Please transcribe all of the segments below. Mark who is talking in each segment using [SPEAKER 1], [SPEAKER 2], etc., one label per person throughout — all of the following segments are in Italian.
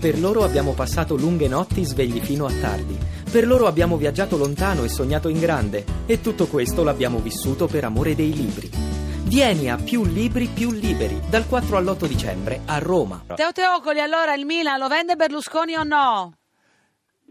[SPEAKER 1] Per loro abbiamo passato lunghe notti svegli fino a tardi. Per loro abbiamo viaggiato lontano e sognato in grande. E tutto questo l'abbiamo vissuto per amore dei libri. Vieni a Più Libri Più Liberi dal 4 all'8 dicembre a Roma.
[SPEAKER 2] Teo Teocoli, allora il Milan lo vende Berlusconi o no?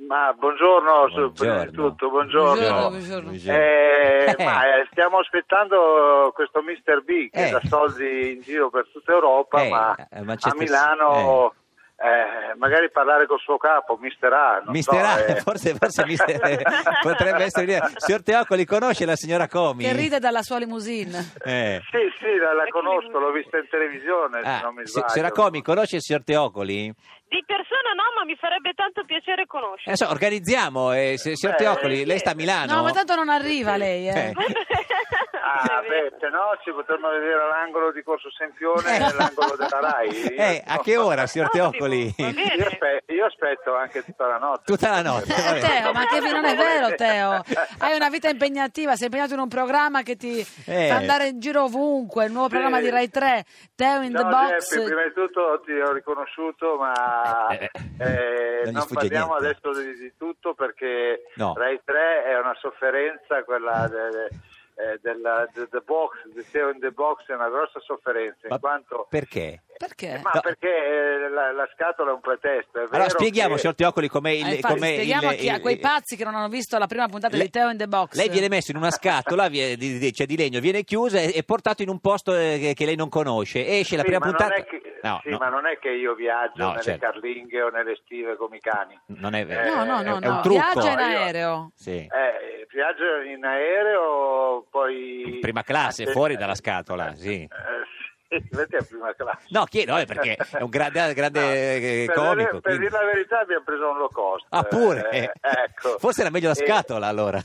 [SPEAKER 3] Ma buongiorno, su-
[SPEAKER 4] Buongiorno.
[SPEAKER 3] tutto, buongiorno.
[SPEAKER 2] Buongiorno, buongiorno.
[SPEAKER 3] Eh,
[SPEAKER 4] Eh.
[SPEAKER 3] ma eh, stiamo aspettando questo Mr. B che
[SPEAKER 4] Eh.
[SPEAKER 3] dà soldi in giro per tutta Europa,
[SPEAKER 4] Eh,
[SPEAKER 3] ma
[SPEAKER 4] eh,
[SPEAKER 3] a
[SPEAKER 4] Manchester-
[SPEAKER 3] Milano eh, magari parlare col suo capo, Mr. A. non
[SPEAKER 4] Mister A,
[SPEAKER 3] so, eh.
[SPEAKER 4] forse, forse mister- eh, potrebbe essere lì. Signor Teocoli, conosce la signora Comi?
[SPEAKER 2] Che ride dalla sua limousine.
[SPEAKER 4] Eh.
[SPEAKER 3] Sì, sì, la, la conosco, l'ho vista in televisione,
[SPEAKER 4] Ah,
[SPEAKER 3] se Eh, non mi
[SPEAKER 4] si-
[SPEAKER 3] sbaglio.
[SPEAKER 4] signora Comi, conosce il signor Teocoli?
[SPEAKER 5] Di persona no, ma mi farebbe tanto piacere conoscere.
[SPEAKER 4] Adesso organizziamo, eh, si- signor
[SPEAKER 3] Beh,
[SPEAKER 4] Teocoli, lei
[SPEAKER 3] sì.
[SPEAKER 4] sta a Milano?
[SPEAKER 2] No, ma tanto non arriva lei, eh.
[SPEAKER 4] Ah, Eh.
[SPEAKER 3] Ah, beh, se no ci potremmo vedere all'angolo di Corso Sempione, nell'angolo della Rai. Io
[SPEAKER 4] Eh, a
[SPEAKER 3] no.
[SPEAKER 4] che ora, signor
[SPEAKER 5] Ottimo,
[SPEAKER 4] Teocoli?
[SPEAKER 5] Ah, va bene.
[SPEAKER 3] Io, aspe- io aspetto anche tutta la notte.
[SPEAKER 4] Tutta la notte.
[SPEAKER 2] Eh,
[SPEAKER 4] vabbè.
[SPEAKER 2] Teo, ma che non è vero, Teo. Hai una vita impegnativa, sei impegnato in un programma che ti
[SPEAKER 4] Eh.
[SPEAKER 2] fa andare in giro ovunque, il nuovo programma di Rai 3, Teo in
[SPEAKER 3] No,
[SPEAKER 2] the Box.
[SPEAKER 3] Geppi, prima di tutto ti ho riconosciuto, ma
[SPEAKER 4] Eh,
[SPEAKER 3] eh,
[SPEAKER 4] non gli
[SPEAKER 3] non,
[SPEAKER 4] sfugge
[SPEAKER 3] parliamo
[SPEAKER 4] niente.
[SPEAKER 3] adesso di, di tutto perché
[SPEAKER 4] No. Ah.
[SPEAKER 3] Rai 3 è una sofferenza, quella de- de- eh, della de- the box, di Teo in the box è una grossa sofferenza,
[SPEAKER 4] Ma
[SPEAKER 3] in quanto... Eh,
[SPEAKER 4] Perché?
[SPEAKER 2] Perché?
[SPEAKER 3] Ma
[SPEAKER 4] No.
[SPEAKER 3] perché eh, la, la scatola è un pretesto, è
[SPEAKER 4] Allora
[SPEAKER 3] vero
[SPEAKER 4] spieghiamo,
[SPEAKER 3] che-
[SPEAKER 4] signor Teocoli, com'è il...
[SPEAKER 2] Ah, infatti,
[SPEAKER 4] com'è il-
[SPEAKER 2] spieghiamo
[SPEAKER 4] eh,
[SPEAKER 2] a, chi- a quei
[SPEAKER 4] il-
[SPEAKER 2] pazzi che non hanno visto la prima puntata di Teo in the Box.
[SPEAKER 4] Lei viene messo in una scatola vie- di, di- cioè di legno, viene chiusa e, e portato in un posto eh, che, che lei non conosce. Esce la
[SPEAKER 3] Sì,
[SPEAKER 4] prima
[SPEAKER 3] ma non
[SPEAKER 4] puntata.
[SPEAKER 3] è che-
[SPEAKER 4] No,
[SPEAKER 3] sì,
[SPEAKER 4] no,
[SPEAKER 3] ma non è che io viaggio
[SPEAKER 4] No,
[SPEAKER 3] nelle
[SPEAKER 4] certo.
[SPEAKER 3] carlinghe o nelle stive come i cani.
[SPEAKER 4] non è vero.
[SPEAKER 2] No, no,
[SPEAKER 4] È-
[SPEAKER 2] no,
[SPEAKER 4] è un
[SPEAKER 2] no.
[SPEAKER 4] trucco.
[SPEAKER 2] viaggia in
[SPEAKER 3] No, io-
[SPEAKER 2] aereo.
[SPEAKER 4] Sì.
[SPEAKER 3] Eh, viaggio in aereo, poi...
[SPEAKER 4] In prima classe,
[SPEAKER 3] Eh,
[SPEAKER 4] fuori dalla scatola, sì.
[SPEAKER 3] Eh, sì, perché in prima classe?
[SPEAKER 4] No, chiedo eh, perché è un grande, grande
[SPEAKER 3] No,
[SPEAKER 4] eh,
[SPEAKER 3] per dire-
[SPEAKER 4] comico.
[SPEAKER 3] Per
[SPEAKER 4] quindi-
[SPEAKER 3] dire la verità abbiamo preso un low cost.
[SPEAKER 4] Ah, pure.
[SPEAKER 3] Eh, ecco.
[SPEAKER 4] Forse era meglio la
[SPEAKER 3] Eh,
[SPEAKER 4] scatola allora.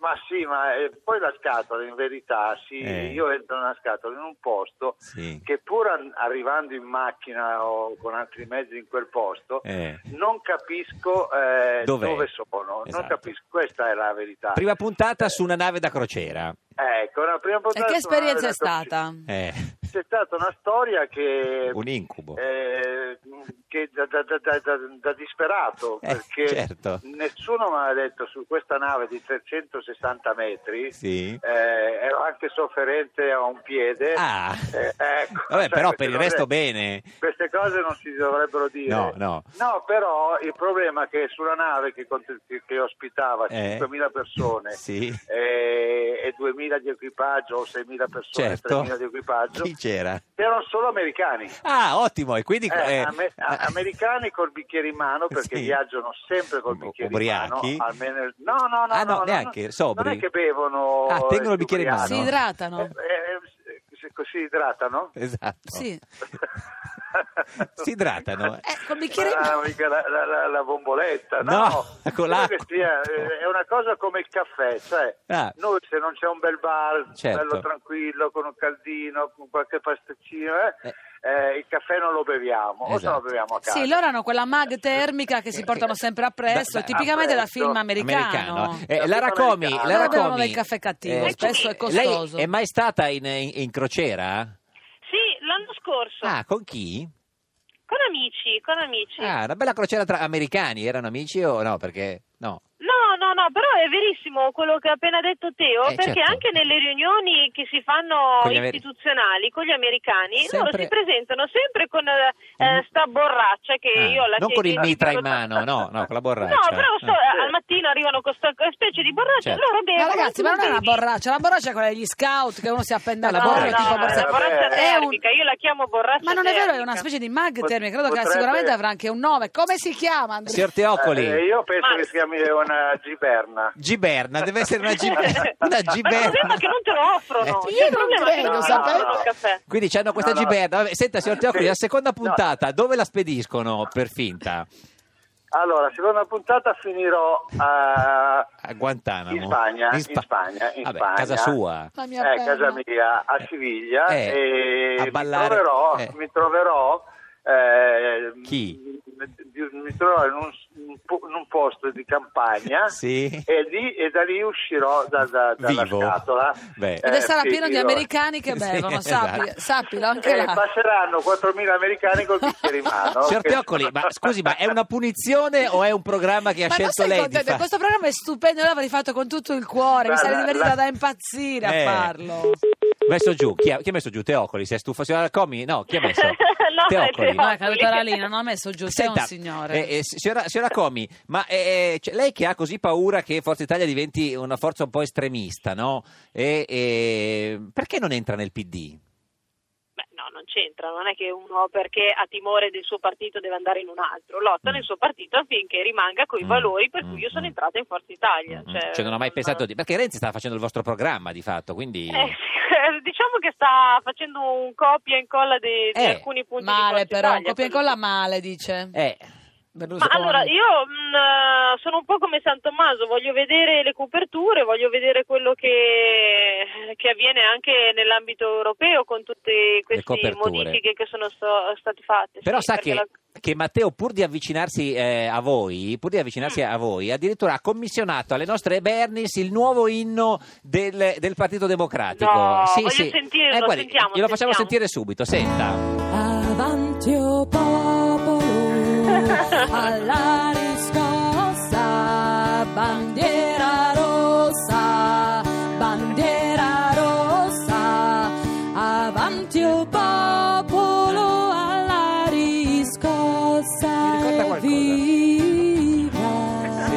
[SPEAKER 3] ma sì, ma eh, poi la scatola in verità, sì,
[SPEAKER 4] Eh.
[SPEAKER 3] io entro nella scatola in un posto
[SPEAKER 4] Sì.
[SPEAKER 3] che pur an- arrivando in macchina o con altri mezzi in quel posto,
[SPEAKER 4] Eh.
[SPEAKER 3] non capisco eh,
[SPEAKER 4] Dov'è?
[SPEAKER 3] dove sono,
[SPEAKER 4] Esatto.
[SPEAKER 3] non capisco, questa è la verità.
[SPEAKER 4] Prima puntata su una nave da crociera.
[SPEAKER 3] Ecco, una prima
[SPEAKER 2] E
[SPEAKER 3] puntata
[SPEAKER 2] che
[SPEAKER 3] su una
[SPEAKER 2] esperienza è
[SPEAKER 3] nave da
[SPEAKER 2] stata?
[SPEAKER 4] Eh,
[SPEAKER 3] crociera. C'è stata una storia che...
[SPEAKER 4] un incubo.
[SPEAKER 3] eh, che da, da- da- da- da- da disperato
[SPEAKER 4] Eh,
[SPEAKER 3] perché
[SPEAKER 4] certo.
[SPEAKER 3] nessuno mi ha detto su questa nave di 360 metri
[SPEAKER 4] Sì.
[SPEAKER 3] eh, ero anche sofferente a un piede
[SPEAKER 4] Ah.
[SPEAKER 3] Eh, ecco,
[SPEAKER 4] Vabbè,
[SPEAKER 3] cioè,
[SPEAKER 4] però
[SPEAKER 3] queste
[SPEAKER 4] per il
[SPEAKER 3] cose-
[SPEAKER 4] resto bene. Eh.
[SPEAKER 3] queste cose non si dovrebbero dire
[SPEAKER 4] No, no.
[SPEAKER 3] No, però il problema è che sulla nave che, cont- che- che ospitava
[SPEAKER 4] Eh.
[SPEAKER 3] 5.000 persone
[SPEAKER 4] Sì.
[SPEAKER 3] eh, e 2.000 di equipaggio o 6.000 persone e
[SPEAKER 4] Certo.
[SPEAKER 3] 3.000 di equipaggio
[SPEAKER 4] Chi c'era?
[SPEAKER 3] erano solo americani
[SPEAKER 4] Ah, ottimo. E quindi
[SPEAKER 3] eh,
[SPEAKER 4] eh,
[SPEAKER 3] ame- a- americani col bicchiere in mano perché
[SPEAKER 4] Sì.
[SPEAKER 3] viaggiano sempre col
[SPEAKER 4] U-
[SPEAKER 3] bicchiere
[SPEAKER 4] ubriachi?
[SPEAKER 3] in mano. Almeno... No, no, no,
[SPEAKER 4] Ah, no,
[SPEAKER 3] no,
[SPEAKER 4] neanche,
[SPEAKER 3] no,
[SPEAKER 4] sobri?
[SPEAKER 3] Non è che bevono.
[SPEAKER 4] Ah, tengono il bicchiere in
[SPEAKER 3] ubriachi.
[SPEAKER 4] mano.
[SPEAKER 2] Si idratano.
[SPEAKER 3] Eh, eh, si, si idratano?
[SPEAKER 4] Esatto.
[SPEAKER 2] Sì.
[SPEAKER 4] Si idratano.
[SPEAKER 2] Eh, col bicchiere in
[SPEAKER 3] Ma
[SPEAKER 2] mano.
[SPEAKER 3] mica la, la- la- la bomboletta, no,
[SPEAKER 4] No, con
[SPEAKER 3] credo
[SPEAKER 4] l'acqua.
[SPEAKER 3] che sia- eh, è una cosa come il caffè, cioè
[SPEAKER 4] Ah.
[SPEAKER 3] noi se non c'è un bel bar,
[SPEAKER 4] Certo.
[SPEAKER 3] bello tranquillo, con un caldino, con qualche pasticcino, eh,
[SPEAKER 4] Eh.
[SPEAKER 3] eh, il caffè non lo beviamo, o se
[SPEAKER 4] Esatto.
[SPEAKER 3] lo beviamo a casa.
[SPEAKER 2] Sì, loro hanno quella mag termica che si portano sempre appresso,
[SPEAKER 4] Da- da-
[SPEAKER 2] tipicamente da
[SPEAKER 3] appresso.
[SPEAKER 2] film americano.
[SPEAKER 4] Eh,
[SPEAKER 3] Da
[SPEAKER 4] Lara
[SPEAKER 3] film
[SPEAKER 4] Comi,
[SPEAKER 3] americano.
[SPEAKER 4] Lara
[SPEAKER 2] Loro bevono
[SPEAKER 4] Comi,
[SPEAKER 2] del caffè cattivo, spesso è costoso.
[SPEAKER 4] eh, Lei è mai stata in, in- in crociera?
[SPEAKER 5] Sì, l'anno scorso
[SPEAKER 4] Ah, con chi?
[SPEAKER 5] con amici, con amici.
[SPEAKER 4] Ah, una bella crociera tra americani, erano amici o no? Perché no.
[SPEAKER 5] No, no, no, però è verissimo quello che ha appena detto Teo,
[SPEAKER 4] Eh,
[SPEAKER 5] perché
[SPEAKER 4] certo.
[SPEAKER 5] anche nelle riunioni che si fanno
[SPEAKER 4] Con gli amer-
[SPEAKER 5] istituzionali con gli americani,
[SPEAKER 4] Sempre- Mm.
[SPEAKER 5] loro si presentano sempre con eh, sta borraccia che
[SPEAKER 4] Ah,
[SPEAKER 5] io ho la
[SPEAKER 4] non con il
[SPEAKER 5] che-
[SPEAKER 4] mitra in mano, no, no, con la borraccia.
[SPEAKER 5] No, però so-
[SPEAKER 4] Ah.
[SPEAKER 5] al mattino arrivano con questa specie di borraccia,
[SPEAKER 4] Certo.
[SPEAKER 2] Ma
[SPEAKER 5] loro bevono.
[SPEAKER 2] ragazzi,
[SPEAKER 5] tu
[SPEAKER 2] ma non è una
[SPEAKER 5] bevi.
[SPEAKER 2] borraccia, la borraccia è quella degli scout che uno si appende
[SPEAKER 4] No,
[SPEAKER 2] al
[SPEAKER 4] la
[SPEAKER 5] No,
[SPEAKER 2] collo e
[SPEAKER 4] borraccia-
[SPEAKER 2] ti fa
[SPEAKER 5] no,
[SPEAKER 2] borsa-
[SPEAKER 5] la borraccia
[SPEAKER 3] È
[SPEAKER 2] un-
[SPEAKER 5] termica, io la chiamo borraccia
[SPEAKER 2] Ma non è vero, è una
[SPEAKER 5] termica.
[SPEAKER 2] specie di mag
[SPEAKER 3] Pot-
[SPEAKER 2] termica, credo che
[SPEAKER 3] potrebbe-
[SPEAKER 2] sicuramente avrà anche un nome. Come si chiama? Andrea?
[SPEAKER 4] Signor Teocoli,
[SPEAKER 3] Eh, io penso
[SPEAKER 5] Ma-
[SPEAKER 3] che si chiami una giberna.
[SPEAKER 4] Giberna, deve essere una giberna. Una
[SPEAKER 5] Ma il
[SPEAKER 4] giberna.
[SPEAKER 5] problema è che non te lo offrono.
[SPEAKER 4] Eh,
[SPEAKER 2] Io
[SPEAKER 5] Cioè, il
[SPEAKER 2] non
[SPEAKER 5] problema è che
[SPEAKER 2] credo,
[SPEAKER 5] non ti
[SPEAKER 2] sapete?
[SPEAKER 5] offrono il caffè.
[SPEAKER 4] Quindi hanno questa
[SPEAKER 3] No, no.
[SPEAKER 4] giberna. Vabbè, Senta, signor Teocoli,
[SPEAKER 3] Sì.
[SPEAKER 4] la seconda
[SPEAKER 3] No.
[SPEAKER 4] puntata dove la spediscono per finta?
[SPEAKER 3] Allora, seconda puntata finirò a,
[SPEAKER 4] A Guantanamo.
[SPEAKER 3] in Spagna, in,
[SPEAKER 4] Spa-
[SPEAKER 3] Spagna, in
[SPEAKER 4] Vabbè,
[SPEAKER 3] Spagna.
[SPEAKER 4] casa sua.
[SPEAKER 2] La mia
[SPEAKER 3] Eh,
[SPEAKER 2] bella.
[SPEAKER 3] casa mia, a
[SPEAKER 4] Eh,
[SPEAKER 3] Siviglia
[SPEAKER 4] eh,
[SPEAKER 3] e
[SPEAKER 4] a ballare,
[SPEAKER 3] mi troverò,
[SPEAKER 4] eh.
[SPEAKER 3] mi troverò, eh,
[SPEAKER 4] Chi?
[SPEAKER 3] m- mi troverò in un, un un, po- in un posto di campagna
[SPEAKER 4] Sì.
[SPEAKER 3] e, lì- e da lì uscirò da- da- dalla
[SPEAKER 4] Vivo.
[SPEAKER 3] scatola.
[SPEAKER 4] Beh.
[SPEAKER 2] Ed è
[SPEAKER 3] Eh,
[SPEAKER 2] sarà
[SPEAKER 3] sì,
[SPEAKER 2] pieno di
[SPEAKER 3] vivo.
[SPEAKER 2] americani che
[SPEAKER 4] Sì,
[SPEAKER 2] bevono,
[SPEAKER 4] esatto.
[SPEAKER 2] sappi- sappilo anche
[SPEAKER 3] Eh,
[SPEAKER 2] là.
[SPEAKER 3] passeranno 4.000 americani col bicchiere in mano.
[SPEAKER 4] Signor
[SPEAKER 3] Che-
[SPEAKER 4] Teoccoli, ma scusi, ma è una punizione o è un programma che ha
[SPEAKER 2] Ma non
[SPEAKER 4] scelto
[SPEAKER 2] sei
[SPEAKER 4] lei di
[SPEAKER 2] contento?
[SPEAKER 4] fare?
[SPEAKER 2] Questo programma è stupendo, io l'avrei fatto con tutto il cuore, mi
[SPEAKER 3] La-
[SPEAKER 2] sarei
[SPEAKER 3] la-
[SPEAKER 2] divertita
[SPEAKER 3] la-
[SPEAKER 2] da impazzire
[SPEAKER 4] Eh.
[SPEAKER 2] a farlo.
[SPEAKER 4] Messo giù, chi ha, chi ha messo giù? Teocoli, si è stufo? Signora Comi? No, chi ha messo?
[SPEAKER 5] No, è
[SPEAKER 4] Teocoli.
[SPEAKER 5] Teocoli.
[SPEAKER 2] No, è caduta la linea, non ha messo giù, sei un
[SPEAKER 4] Senta,
[SPEAKER 2] signore.
[SPEAKER 4] eh, eh, signora, signora Comi, ma eh, cioè, lei che ha così paura che Forza Italia diventi una forza un po' estremista, no? E, eh, perché non entra nel PD?
[SPEAKER 5] Beh, no, non c'entra, non è che uno perché ha timore del suo partito deve andare in un altro, lotta
[SPEAKER 4] Mm.
[SPEAKER 5] nel suo partito affinché rimanga coi
[SPEAKER 4] Mm.
[SPEAKER 5] valori per
[SPEAKER 4] Mm.
[SPEAKER 5] cui io sono
[SPEAKER 4] Mm.
[SPEAKER 5] entrata in Forza Italia.
[SPEAKER 4] Mm, cioè, non ho mai pensato di... Perché Renzi stava facendo il vostro programma, di fatto, quindi...
[SPEAKER 5] Eh, sì, diciamo che sta facendo un copia e incolla di, di
[SPEAKER 4] Eh.
[SPEAKER 5] alcuni punti
[SPEAKER 2] Male
[SPEAKER 5] di Forza
[SPEAKER 2] però,
[SPEAKER 5] Italia, cioè,
[SPEAKER 2] copia e incolla male, dice
[SPEAKER 4] Eh,
[SPEAKER 5] Ma
[SPEAKER 2] Berlusconi.
[SPEAKER 5] allora io mh, eh, sono un po' come San Tommaso, voglio vedere le coperture, voglio vedere quello che, che avviene anche nell'ambito europeo con tutte queste
[SPEAKER 4] coperture.
[SPEAKER 5] modifiche che sono so- state fatte.
[SPEAKER 4] Però
[SPEAKER 5] sì,
[SPEAKER 4] sa
[SPEAKER 5] perché
[SPEAKER 4] che,
[SPEAKER 5] la-
[SPEAKER 4] che Matteo, pur di avvicinarsi eh, a voi, pur di avvicinarsi
[SPEAKER 5] Mm.
[SPEAKER 4] a voi, addirittura ha commissionato alle nostre Bernis il nuovo inno del, del Partito Democratico. Eh,
[SPEAKER 5] No, voglio sentirlo,
[SPEAKER 4] guardi,
[SPEAKER 5] sentiamo,
[SPEAKER 4] Glielo facciamo sentire
[SPEAKER 5] sentiamo.
[SPEAKER 4] subito, senta.
[SPEAKER 6] Avanti o popolo, alla riscossa, bandiera rossa, bandiera rossa. Avanti o popolo, alla riscossa.
[SPEAKER 4] Mi ricorda
[SPEAKER 6] e
[SPEAKER 4] qualcosa?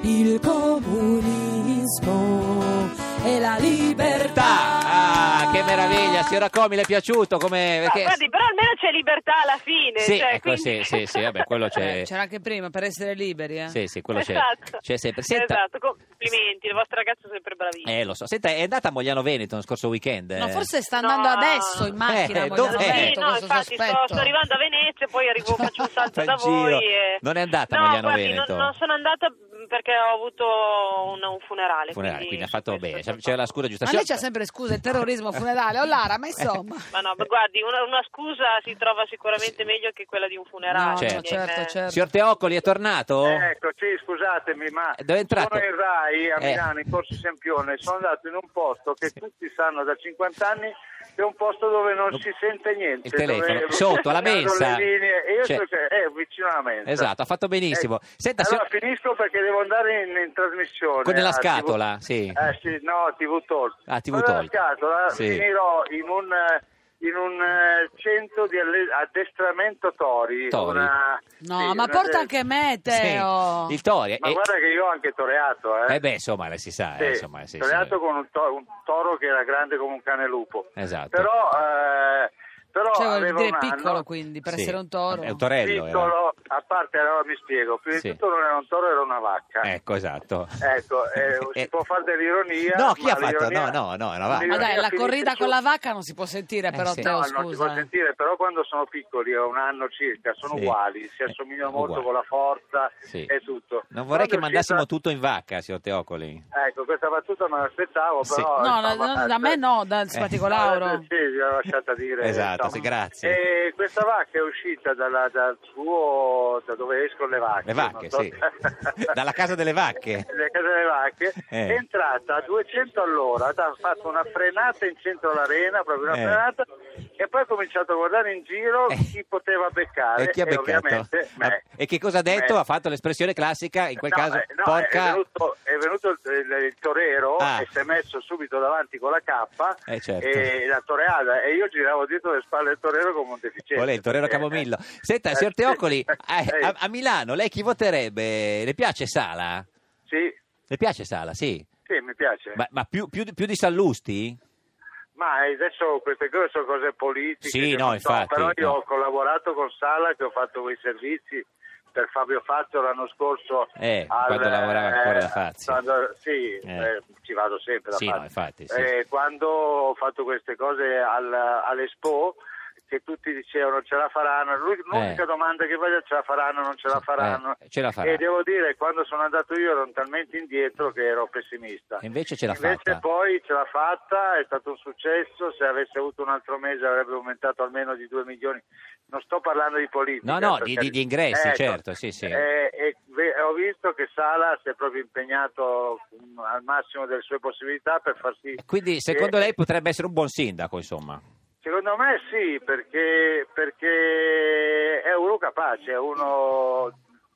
[SPEAKER 6] Viva il comunismo e la libertà.
[SPEAKER 4] Ah, che meraviglia, signora Comi, le è piaciuto? Come,
[SPEAKER 5] No,
[SPEAKER 4] perché-
[SPEAKER 5] Ah, guardi, però almeno c'è libertà alla fine.
[SPEAKER 4] Sì,
[SPEAKER 5] cioè,
[SPEAKER 4] ecco, sì,
[SPEAKER 5] quindi-
[SPEAKER 4] sì, sì, vabbè, quello c'è.
[SPEAKER 2] Eh, c'era anche prima, per essere liberi. eh.
[SPEAKER 4] Cioè, Sì, sì, quello c'è,
[SPEAKER 5] Esatto.
[SPEAKER 4] c'è sempre. Senta,
[SPEAKER 5] Esatto, complimenti, il vostro ragazzo è sempre bravissimo.
[SPEAKER 4] eh, lo so. Senta, è andata a Mogliano Veneto lo scorso weekend?
[SPEAKER 2] No,
[SPEAKER 4] eh?
[SPEAKER 2] forse sta
[SPEAKER 5] No.
[SPEAKER 2] andando adesso in macchina,
[SPEAKER 4] Eh,
[SPEAKER 2] vogliamo
[SPEAKER 4] dov'è?
[SPEAKER 2] dire,
[SPEAKER 5] Sì,
[SPEAKER 2] con
[SPEAKER 5] no,
[SPEAKER 2] questo
[SPEAKER 5] infatti sto,
[SPEAKER 2] sospetto.
[SPEAKER 5] sto arrivando a Venezia, poi arrivo, faccio un salto
[SPEAKER 4] Fa
[SPEAKER 5] da
[SPEAKER 4] il giro.
[SPEAKER 5] voi. e-
[SPEAKER 4] Non è andata
[SPEAKER 5] no,
[SPEAKER 4] Magliano
[SPEAKER 5] guardi,
[SPEAKER 4] Veneto?
[SPEAKER 5] Non, non sono andata mh, perché ho avuto un, un funerale.
[SPEAKER 4] Funerale, quindi ha fatto
[SPEAKER 5] questo
[SPEAKER 4] bene.
[SPEAKER 5] è stato-
[SPEAKER 4] C'era la scusa giusta.
[SPEAKER 2] Ma lei
[SPEAKER 4] Signor-
[SPEAKER 2] c'ha sempre scuse, terrorismo, funerale, o Lara, ma insomma...
[SPEAKER 5] Ma no, ma guardi, una, una scusa si trova sicuramente meglio che quella di un funerale.
[SPEAKER 2] No,
[SPEAKER 4] Certo.
[SPEAKER 2] no,
[SPEAKER 5] quindi,
[SPEAKER 2] certo,
[SPEAKER 5] eh,
[SPEAKER 2] certo.
[SPEAKER 4] Signor Teoccoli è tornato?
[SPEAKER 3] Ecco, sì, scusatemi, ma
[SPEAKER 4] Eh, Dove è entrato?
[SPEAKER 3] sono in Rai a
[SPEAKER 4] Eh.
[SPEAKER 3] Milano, in Corso Sempione, sono andato in un posto che
[SPEAKER 4] Sì.
[SPEAKER 3] tutti sanno da 50 anni che è un posto dove non
[SPEAKER 4] No.
[SPEAKER 3] si sente niente.
[SPEAKER 4] Il telefono,
[SPEAKER 3] dove-
[SPEAKER 4] sotto, alla
[SPEAKER 3] hanno
[SPEAKER 4] mensa.
[SPEAKER 3] le linee, e io
[SPEAKER 4] Cioè-
[SPEAKER 3] so che è vicino alla mensa.
[SPEAKER 4] Esatto, ha fatto benissimo.
[SPEAKER 3] Ecco.
[SPEAKER 4] Senta,
[SPEAKER 3] allora
[SPEAKER 4] signor-
[SPEAKER 3] finisco perché devo andare in, in trasmissione.
[SPEAKER 4] Con della
[SPEAKER 3] a TV
[SPEAKER 4] scatola, sì.
[SPEAKER 3] Eh sì, no, TV Talk.
[SPEAKER 4] Ah, TV
[SPEAKER 3] Con della
[SPEAKER 4] Talk.
[SPEAKER 3] scatola
[SPEAKER 4] Sì.
[SPEAKER 3] finirò in un... eh, in un eh, centro di alle- addestramento tori.
[SPEAKER 4] Tori.
[SPEAKER 3] una-
[SPEAKER 2] No,
[SPEAKER 3] sì,
[SPEAKER 2] ma
[SPEAKER 3] una-
[SPEAKER 2] porta anche me,
[SPEAKER 4] Sì,
[SPEAKER 2] Teo.
[SPEAKER 4] il Toria.
[SPEAKER 3] ma
[SPEAKER 4] e-
[SPEAKER 3] guarda che io ho anche toreato, eh.
[SPEAKER 4] eh beh, insomma, lei si sa. eh,
[SPEAKER 3] Sì,
[SPEAKER 4] insomma, sì,
[SPEAKER 3] toreato
[SPEAKER 4] sì.
[SPEAKER 3] con un, to- un toro che era grande come un cane lupo.
[SPEAKER 4] Esatto.
[SPEAKER 3] Però, eh, però
[SPEAKER 2] Cioè, vuol
[SPEAKER 3] aveva
[SPEAKER 2] dire
[SPEAKER 3] un
[SPEAKER 2] piccolo,
[SPEAKER 3] anno
[SPEAKER 2] quindi, per
[SPEAKER 4] Sì.
[SPEAKER 2] essere un toro.
[SPEAKER 4] È un torello. eh, era.
[SPEAKER 3] piccolo, a parte allora mi spiego, prima
[SPEAKER 4] Sì.
[SPEAKER 3] di tutto non era un toro, era una vacca.
[SPEAKER 4] Ecco, esatto.
[SPEAKER 3] Ecco, eh, si può fare dell'ironia.
[SPEAKER 4] No, chi
[SPEAKER 3] ma
[SPEAKER 4] ha fatto?
[SPEAKER 3] l'ironia-
[SPEAKER 4] No, no, no, era vacca.
[SPEAKER 2] Ma dai,
[SPEAKER 3] l'ironia
[SPEAKER 2] la
[SPEAKER 3] finisce
[SPEAKER 2] corrida
[SPEAKER 3] su-
[SPEAKER 2] con la vacca non si può sentire,
[SPEAKER 4] Eh,
[SPEAKER 2] però,
[SPEAKER 4] sì.
[SPEAKER 2] Teo,
[SPEAKER 3] No, non si può
[SPEAKER 2] scusa.
[SPEAKER 3] sentire, però quando sono piccoli, a un anno circa, sono
[SPEAKER 4] Sì.
[SPEAKER 3] uguali, si
[SPEAKER 4] Eh,
[SPEAKER 3] assomigliano
[SPEAKER 4] uguali.
[SPEAKER 3] molto con la forza
[SPEAKER 4] Sì.
[SPEAKER 3] e tutto.
[SPEAKER 4] Non vorrei che
[SPEAKER 3] Quando è uscita-
[SPEAKER 4] mandassimo tutto in vacca, signor Teocoli.
[SPEAKER 3] Ecco, questa battuta me l'aspettavo,
[SPEAKER 4] Sì.
[SPEAKER 3] però...
[SPEAKER 2] No,
[SPEAKER 3] insomma,
[SPEAKER 2] no, no, da
[SPEAKER 3] eh,
[SPEAKER 2] me no, Cioè, da simpatico Lauro.
[SPEAKER 3] Eh, Sì, vi ho lasciata dire.
[SPEAKER 4] Esatto,
[SPEAKER 3] insomma.
[SPEAKER 4] sì, grazie.
[SPEAKER 3] E questa vacca è uscita dalla- dal suo, da dove escono le vacche.
[SPEAKER 4] Le vacche,
[SPEAKER 3] Eh, non so-
[SPEAKER 4] sì. Dalla casa delle vacche.
[SPEAKER 3] Le case delle vacche.
[SPEAKER 4] Eh.
[SPEAKER 3] È entrata a 200 all'ora, ha fatto una frenata in centro all'arena, proprio una
[SPEAKER 4] Eh.
[SPEAKER 3] frenata, e poi ha cominciato a guardare in giro
[SPEAKER 4] Eh.
[SPEAKER 3] chi poteva beccare.
[SPEAKER 4] E chi ha beccato?
[SPEAKER 3] ovviamente me.
[SPEAKER 4] E che cosa ha detto?
[SPEAKER 3] Me.
[SPEAKER 4] Ha fatto l'espressione classica, in quel
[SPEAKER 3] No,
[SPEAKER 4] caso,
[SPEAKER 3] eh, no,
[SPEAKER 4] porca...
[SPEAKER 3] È venuto, è venuto il, il- il torero
[SPEAKER 4] Ah.
[SPEAKER 3] e si è messo subito davanti con la cappa
[SPEAKER 4] Eh, certo.
[SPEAKER 3] e la toreada e io giravo dietro le spalle del torero come un deficiente.
[SPEAKER 4] Volete, Torero
[SPEAKER 3] perché-
[SPEAKER 4] Camomillo. Senta,
[SPEAKER 3] Eh,
[SPEAKER 4] signor
[SPEAKER 3] sì.
[SPEAKER 4] Teocoli, eh,
[SPEAKER 3] Eh,
[SPEAKER 4] a, a Milano lei chi voterebbe? Le piace Sala?
[SPEAKER 3] sì,
[SPEAKER 4] Le piace Sala, sì.
[SPEAKER 3] sì, mi piace.
[SPEAKER 4] Ma, ma più, più, più di Sallusti?
[SPEAKER 3] Ma adesso queste cose sono cose politiche.
[SPEAKER 4] Sì,
[SPEAKER 3] che
[SPEAKER 4] no,
[SPEAKER 3] non so,
[SPEAKER 4] infatti,
[SPEAKER 3] Però io
[SPEAKER 4] no.
[SPEAKER 3] ho collaborato con Sala che ho fatto quei servizi per Fabio Fazio l'anno scorso. eh,
[SPEAKER 4] Eh, quando lavorava ancora da Fazio.
[SPEAKER 3] quando- sì,
[SPEAKER 4] Eh.
[SPEAKER 3] eh, ci vado sempre da
[SPEAKER 4] Sì,
[SPEAKER 3] Fazio.
[SPEAKER 4] no, infatti, sì.
[SPEAKER 3] Eh, quando ho fatto queste cose al- all'Expo che tutti dicevano ce la faranno, Lui- l'unica
[SPEAKER 4] Eh.
[SPEAKER 3] domanda che voglio è ce la faranno, non ce la
[SPEAKER 4] Eh,
[SPEAKER 3] faranno.
[SPEAKER 4] ce la farà.
[SPEAKER 3] E devo dire, quando sono andato io ero talmente indietro che ero pessimista.
[SPEAKER 4] E invece ce l'ha
[SPEAKER 3] Invece
[SPEAKER 4] fatta.
[SPEAKER 3] poi ce l'ha fatta, è stato un successo, se avesse avuto un altro mese avrebbe aumentato almeno di 2 milioni. Non sto parlando di politica.
[SPEAKER 4] No, no,
[SPEAKER 3] per
[SPEAKER 4] di-
[SPEAKER 3] carità.
[SPEAKER 4] di- di ingressi, certo, sì, sì.
[SPEAKER 3] Eh, e ho visto che Sala si è proprio impegnato mm, al massimo delle sue possibilità per far sì.
[SPEAKER 4] Quindi secondo
[SPEAKER 3] che-
[SPEAKER 4] lei potrebbe essere un buon sindaco, insomma.
[SPEAKER 3] Secondo me sì, perché, perché è uno capace, è uno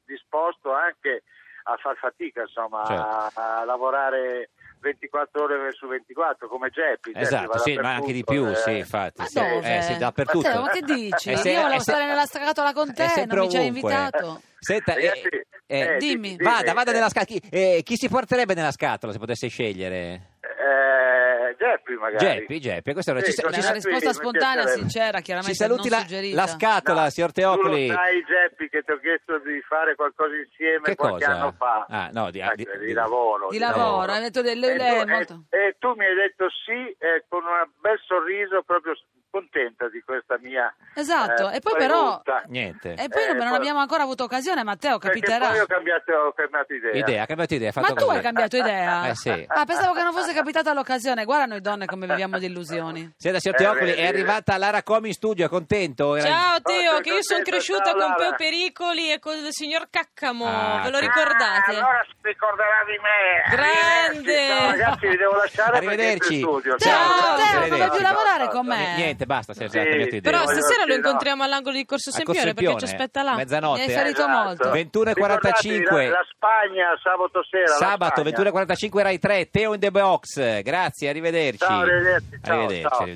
[SPEAKER 3] disposto anche a far fatica, insomma,
[SPEAKER 4] Certo.
[SPEAKER 3] a, a lavorare 24 ore su 24 come Geppi. Geppi
[SPEAKER 4] Esatto,
[SPEAKER 3] va
[SPEAKER 4] sì, ma
[SPEAKER 3] dappertutto,
[SPEAKER 4] anche di più,
[SPEAKER 3] eh.
[SPEAKER 4] sì, infatti.
[SPEAKER 2] Ma
[SPEAKER 4] sì.
[SPEAKER 2] dove?
[SPEAKER 4] Eh, sì, dappertutto.
[SPEAKER 2] Matteo, ma che dici?
[SPEAKER 4] Eh, se-
[SPEAKER 2] Io
[SPEAKER 4] eh,
[SPEAKER 2] volevo
[SPEAKER 4] se-
[SPEAKER 2] stare nella scatola con
[SPEAKER 4] è
[SPEAKER 2] te,
[SPEAKER 4] sempre
[SPEAKER 2] non mi ci hai
[SPEAKER 4] ovunque.
[SPEAKER 2] invitato.
[SPEAKER 4] Senta, eh,
[SPEAKER 3] Ragazzi,
[SPEAKER 4] eh,
[SPEAKER 3] eh,
[SPEAKER 2] dimmi.
[SPEAKER 3] dimmi,
[SPEAKER 4] vada, vada
[SPEAKER 3] eh,
[SPEAKER 4] nella scatola. Chi, eh, chi si porterebbe nella scatola se potesse scegliere?
[SPEAKER 3] eh, Geppi magari.
[SPEAKER 4] Geppi, Geppi, questa è una- ci sa-
[SPEAKER 3] con
[SPEAKER 4] ci
[SPEAKER 2] È
[SPEAKER 4] sa-
[SPEAKER 2] una
[SPEAKER 3] Geppi
[SPEAKER 2] risposta
[SPEAKER 3] mi
[SPEAKER 2] spontanea,
[SPEAKER 3] piacerebbe.
[SPEAKER 2] sincera,
[SPEAKER 4] Ci
[SPEAKER 2] chiaramente
[SPEAKER 4] saluti
[SPEAKER 2] non
[SPEAKER 4] la,
[SPEAKER 2] suggerita.
[SPEAKER 4] la scatola, signor Teofili.
[SPEAKER 3] Tu lo sai, Geppi, che ti ho chiesto di fare qualcosa insieme
[SPEAKER 4] Che
[SPEAKER 3] qualche
[SPEAKER 4] cosa?
[SPEAKER 3] anno fa.
[SPEAKER 4] Ah, no, di-
[SPEAKER 3] Eh,
[SPEAKER 4] di- di-
[SPEAKER 3] lavoro.
[SPEAKER 2] di lavoro, hai detto del- lei
[SPEAKER 3] E
[SPEAKER 2] è
[SPEAKER 3] tu-
[SPEAKER 2] molto-
[SPEAKER 3] e, e tu mi hai detto sì eh, con un bel sorriso, proprio s- contenta di questa mia
[SPEAKER 2] Esatto,
[SPEAKER 3] eh,
[SPEAKER 2] e poi però-
[SPEAKER 3] pregunta.
[SPEAKER 4] Niente.
[SPEAKER 2] E poi
[SPEAKER 3] Eh,
[SPEAKER 2] non- non
[SPEAKER 3] poi-
[SPEAKER 2] abbiamo ancora avuto occasione, Matteo,
[SPEAKER 3] Perché
[SPEAKER 2] capiterà.
[SPEAKER 3] poi ho cambiato, ho cambiato idea.
[SPEAKER 4] Idea, ha cambiato idea. ha
[SPEAKER 2] Ma
[SPEAKER 4] fatto
[SPEAKER 2] tu
[SPEAKER 4] così.
[SPEAKER 2] hai cambiato idea?
[SPEAKER 4] Eh, sì.
[SPEAKER 2] Ah, pensavo che non fosse capitata l'occasione. Guarda noi donne come viviamo di illusioni.
[SPEAKER 4] Senta, signor
[SPEAKER 3] Eh,
[SPEAKER 4] Teofili,
[SPEAKER 3] vedi.
[SPEAKER 4] è arrivata Lara Comi in studio, è contento? Era-
[SPEAKER 7] Ciao
[SPEAKER 3] Oh,
[SPEAKER 7] Teo, che io
[SPEAKER 3] sei
[SPEAKER 7] sono
[SPEAKER 3] contenta,
[SPEAKER 7] cresciuta
[SPEAKER 3] ciao,
[SPEAKER 7] con
[SPEAKER 3] Lara.
[SPEAKER 7] Pio Pericoli e con il signor Caccamo,
[SPEAKER 4] Ah,
[SPEAKER 7] ve lo
[SPEAKER 4] sì.
[SPEAKER 7] ricordate?
[SPEAKER 3] Ah, allora si ricorderà di me.
[SPEAKER 7] Grande.
[SPEAKER 3] Arrivederci. Ciao, ragazzi, vi devo lasciare perché
[SPEAKER 4] Arrivederci.
[SPEAKER 3] entro in studio.
[SPEAKER 4] Ciao, Matteo, non
[SPEAKER 3] Arrivederci.
[SPEAKER 4] voglio più
[SPEAKER 2] lavorare con me.
[SPEAKER 4] Ni- Niente, basta, si esatto, è già
[SPEAKER 3] Sì,
[SPEAKER 4] cambiato idea.
[SPEAKER 7] Però
[SPEAKER 3] Sì, voglio-
[SPEAKER 7] stasera lo
[SPEAKER 3] sì, no.
[SPEAKER 7] incontriamo all'angolo di Corso
[SPEAKER 4] A Corso
[SPEAKER 7] Sempione perché ci
[SPEAKER 4] Sempione,
[SPEAKER 7] aspetta là.
[SPEAKER 4] Mezzanotte.
[SPEAKER 2] Mi hai ferito molto.
[SPEAKER 4] 21:45.
[SPEAKER 3] Ricordatevi, Esatto. La, la Spagna sabato sera.
[SPEAKER 4] Sabato
[SPEAKER 3] la Spagna.
[SPEAKER 4] 21.45 Rai 3, Teo in the Box. Grazie, arrivederci.
[SPEAKER 3] Ciao, arrivederci, ciao,
[SPEAKER 4] Arrivederci,
[SPEAKER 3] ciao.
[SPEAKER 4] arrivederci.